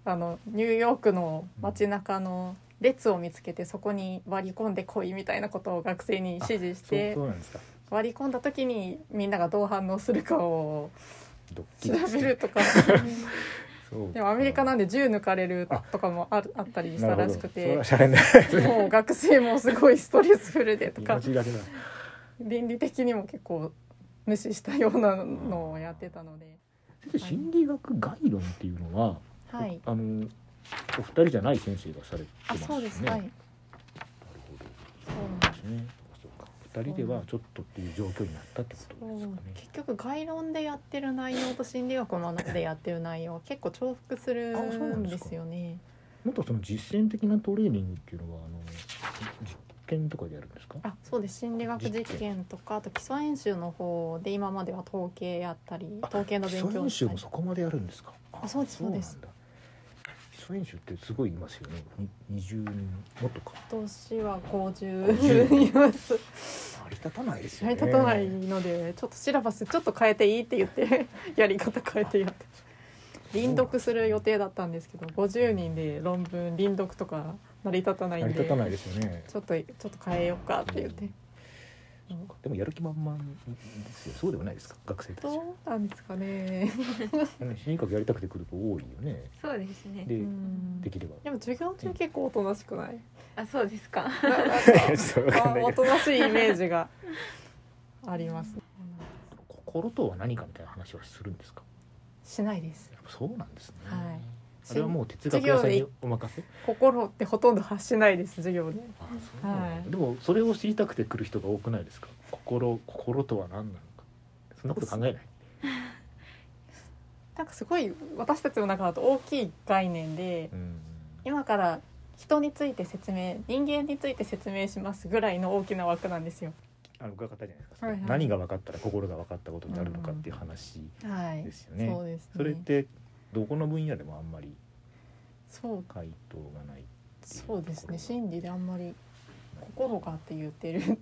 [SPEAKER 2] あのニューヨークの街中の列を見つけてそこに割り込んでこいみたいなことを学生に指示し
[SPEAKER 1] そう
[SPEAKER 2] て
[SPEAKER 1] そうなんですか。
[SPEAKER 2] 割り込んだ時にみんながどう反応するかを
[SPEAKER 1] ドッキ
[SPEAKER 2] 調
[SPEAKER 1] リです
[SPEAKER 2] べ
[SPEAKER 1] ね
[SPEAKER 2] るとか
[SPEAKER 1] そう
[SPEAKER 2] でもアメリカなんで銃抜かれる
[SPEAKER 1] あ
[SPEAKER 2] とかもあるあったりした
[SPEAKER 1] なる
[SPEAKER 2] ら
[SPEAKER 1] ほ
[SPEAKER 2] し
[SPEAKER 1] ど
[SPEAKER 2] く
[SPEAKER 1] それ
[SPEAKER 2] て
[SPEAKER 1] は。シャレ ない。
[SPEAKER 2] もう学生もすごいストレスフルでとか
[SPEAKER 1] 命がけだ。
[SPEAKER 2] 倫理的にも結構無視したようなのをやってたので、
[SPEAKER 1] 先生心理学概論っていうのは、
[SPEAKER 2] はい、
[SPEAKER 1] あのお二人じゃない先生がされてます
[SPEAKER 2] あ
[SPEAKER 1] よね。
[SPEAKER 2] そうです、は
[SPEAKER 1] ないるほど。
[SPEAKER 2] そうなんです
[SPEAKER 1] ですね。そうか。二人ではちょっとっていう状況になったって
[SPEAKER 2] そ
[SPEAKER 1] ことですか
[SPEAKER 2] う
[SPEAKER 1] ね。
[SPEAKER 2] 結局概論でやってる内容と心理学を学んでやってる内容は結構重複する
[SPEAKER 1] あそうなん
[SPEAKER 2] ん
[SPEAKER 1] で
[SPEAKER 2] です
[SPEAKER 1] か
[SPEAKER 2] すよね。
[SPEAKER 1] もっとその実践的なトレーニングっていうのはあの実験とかでやるんですか。
[SPEAKER 2] あそうです心理学実験とかあと基礎演習の方で今までは統計やったり統計の勉
[SPEAKER 1] 基礎
[SPEAKER 2] 強を
[SPEAKER 1] 演習
[SPEAKER 2] した
[SPEAKER 1] も
[SPEAKER 2] り
[SPEAKER 1] そこまでやるんですか。
[SPEAKER 2] あそうですそうです
[SPEAKER 1] なんだ。基礎演習ってすごいいますよね。に二十人もっとか。
[SPEAKER 2] 今年は
[SPEAKER 1] 50
[SPEAKER 2] 50います
[SPEAKER 1] 成り立たないですよ
[SPEAKER 2] 成
[SPEAKER 1] ね。
[SPEAKER 2] り立たないのでちょっとシラバスちょっと変えていいって言ってやり方変えてやって輪読する予定だったんですけど50人で論文輪読とか成り立たない
[SPEAKER 1] 成
[SPEAKER 2] ん
[SPEAKER 1] り立た
[SPEAKER 2] で
[SPEAKER 1] ないですよね。
[SPEAKER 2] ちょっとちょっと変えようかって言って。
[SPEAKER 1] そうかでもやる気満々ですよ。そうではないですか。学生たち
[SPEAKER 2] ど
[SPEAKER 1] は。
[SPEAKER 2] うなんですかね。
[SPEAKER 1] なんか心理学やりたくて来る子多いよね。
[SPEAKER 3] そうですね
[SPEAKER 1] で
[SPEAKER 2] う、ん
[SPEAKER 1] できれば。
[SPEAKER 2] でも授業中結構おとなしくない。
[SPEAKER 3] あそうですか
[SPEAKER 1] ちょっとわかん
[SPEAKER 2] あ
[SPEAKER 1] ない
[SPEAKER 2] お
[SPEAKER 1] けど
[SPEAKER 2] となしいイメージがあります。
[SPEAKER 1] 心とは何かみたいな話はするんですか。
[SPEAKER 2] しないです。
[SPEAKER 1] やっぱそうなんですね。
[SPEAKER 2] はい
[SPEAKER 1] あれはもう哲学屋さんにお任せ
[SPEAKER 2] 心ってほとんど発しないです授業で
[SPEAKER 1] あそうなんだ
[SPEAKER 2] はい
[SPEAKER 1] でもそれを知りたくて来る人が多くないですか心心とは何なのかそんなこと考えない
[SPEAKER 2] なんかすごい私たちの中だと大きい概念で
[SPEAKER 1] うん
[SPEAKER 2] 今から人について説明人間について説明しますぐらいの大きな枠なんですよ。
[SPEAKER 1] あの伺ったじゃないですか、
[SPEAKER 2] はいはい
[SPEAKER 1] 何が分かったら心が分かったことになるのかっていう話
[SPEAKER 2] はい
[SPEAKER 1] ですよね、
[SPEAKER 2] そうですね。
[SPEAKER 1] それってどこの分野でもあんまり
[SPEAKER 2] そう
[SPEAKER 1] 回答がない
[SPEAKER 2] そうですね心理であんまり心がって言ってる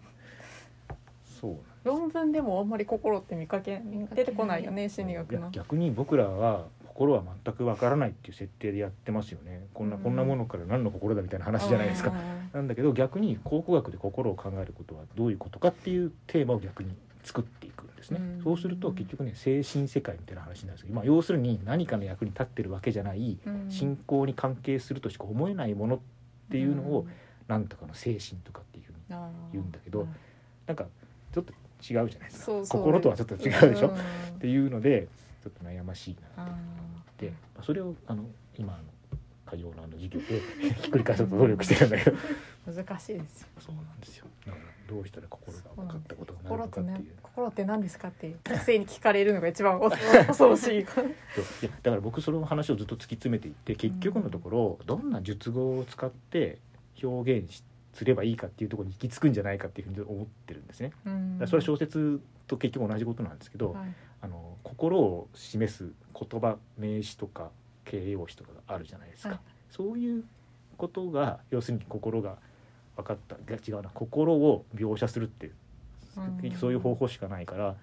[SPEAKER 1] そう
[SPEAKER 2] 論文でもあんまり心って見かけ出てこないよね心理
[SPEAKER 1] なん
[SPEAKER 2] 学
[SPEAKER 1] です
[SPEAKER 2] の
[SPEAKER 1] いや逆に僕らは心は全く分からないっていう設定でやってますよねこんな、
[SPEAKER 2] うん
[SPEAKER 1] こんなものから何の心だみたいな話じゃないですか
[SPEAKER 2] うんうんうん
[SPEAKER 1] なんだけど逆に考古学で心を考えることはどういうことかっていうテーマを逆に作っていくんですね、
[SPEAKER 2] うん
[SPEAKER 1] そうすると結局ね精神世界みたいな話になるんですけど、まあ、要するに何かの役に立ってるわけじゃない
[SPEAKER 2] うん
[SPEAKER 1] 信仰に関係するとしか思えないものっていうのを何とかの精神とかっていうふうに
[SPEAKER 2] うんあー
[SPEAKER 1] 言うんだけど
[SPEAKER 2] うん
[SPEAKER 1] なんかちょっと違うじゃないですか
[SPEAKER 2] そうそう
[SPEAKER 1] 心とはちょっと違うでしょ、
[SPEAKER 2] ん
[SPEAKER 1] っ、ていうのでちょっと悩ましいなと思って
[SPEAKER 2] あー
[SPEAKER 1] まあそれをあの今あの火曜のあの授業で ひっくり返そうと努力してるんだけど
[SPEAKER 2] 難しいですよ
[SPEAKER 1] そうなんですよだからどうしたら心が分かったことがなるの
[SPEAKER 2] 心って
[SPEAKER 1] かって
[SPEAKER 2] ね
[SPEAKER 1] いう
[SPEAKER 2] 心って何ですかっていう学生に聞かれるのが一番お恐ろしい
[SPEAKER 1] そういやだから僕その話をずっと突き詰めていって結局のところどんな術語を使って表現しすればいいかっていうところに行き着くんじゃないかっていうふうに思ってるんですね。だ
[SPEAKER 2] うん
[SPEAKER 1] からそれは小説と結局同じことなんですけど、
[SPEAKER 2] はい
[SPEAKER 1] あの心を示す言葉名詞とか形容詞とかがあるじゃないですか、
[SPEAKER 2] はい
[SPEAKER 1] そういうことが要するに心が分かったいや違うな心を描写するっていう
[SPEAKER 2] うん
[SPEAKER 1] そういう方法しかないから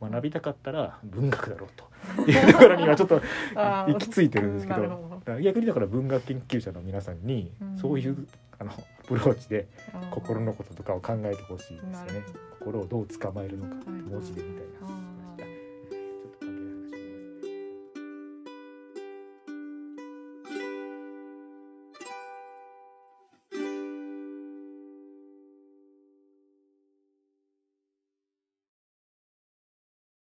[SPEAKER 1] 学びたかったら文学だろうというところにはちょっと
[SPEAKER 2] あー
[SPEAKER 1] 行き着いてるんですけど
[SPEAKER 2] なるほ
[SPEAKER 1] だから逆にだから文学研究者の皆さんに
[SPEAKER 2] うん
[SPEAKER 1] そういうあのアプローチで
[SPEAKER 2] ど
[SPEAKER 1] 心のこととかを考えてほしいですよ
[SPEAKER 2] なる
[SPEAKER 1] ね心をどう捕まえるのかって文字でみたいな。
[SPEAKER 2] ほど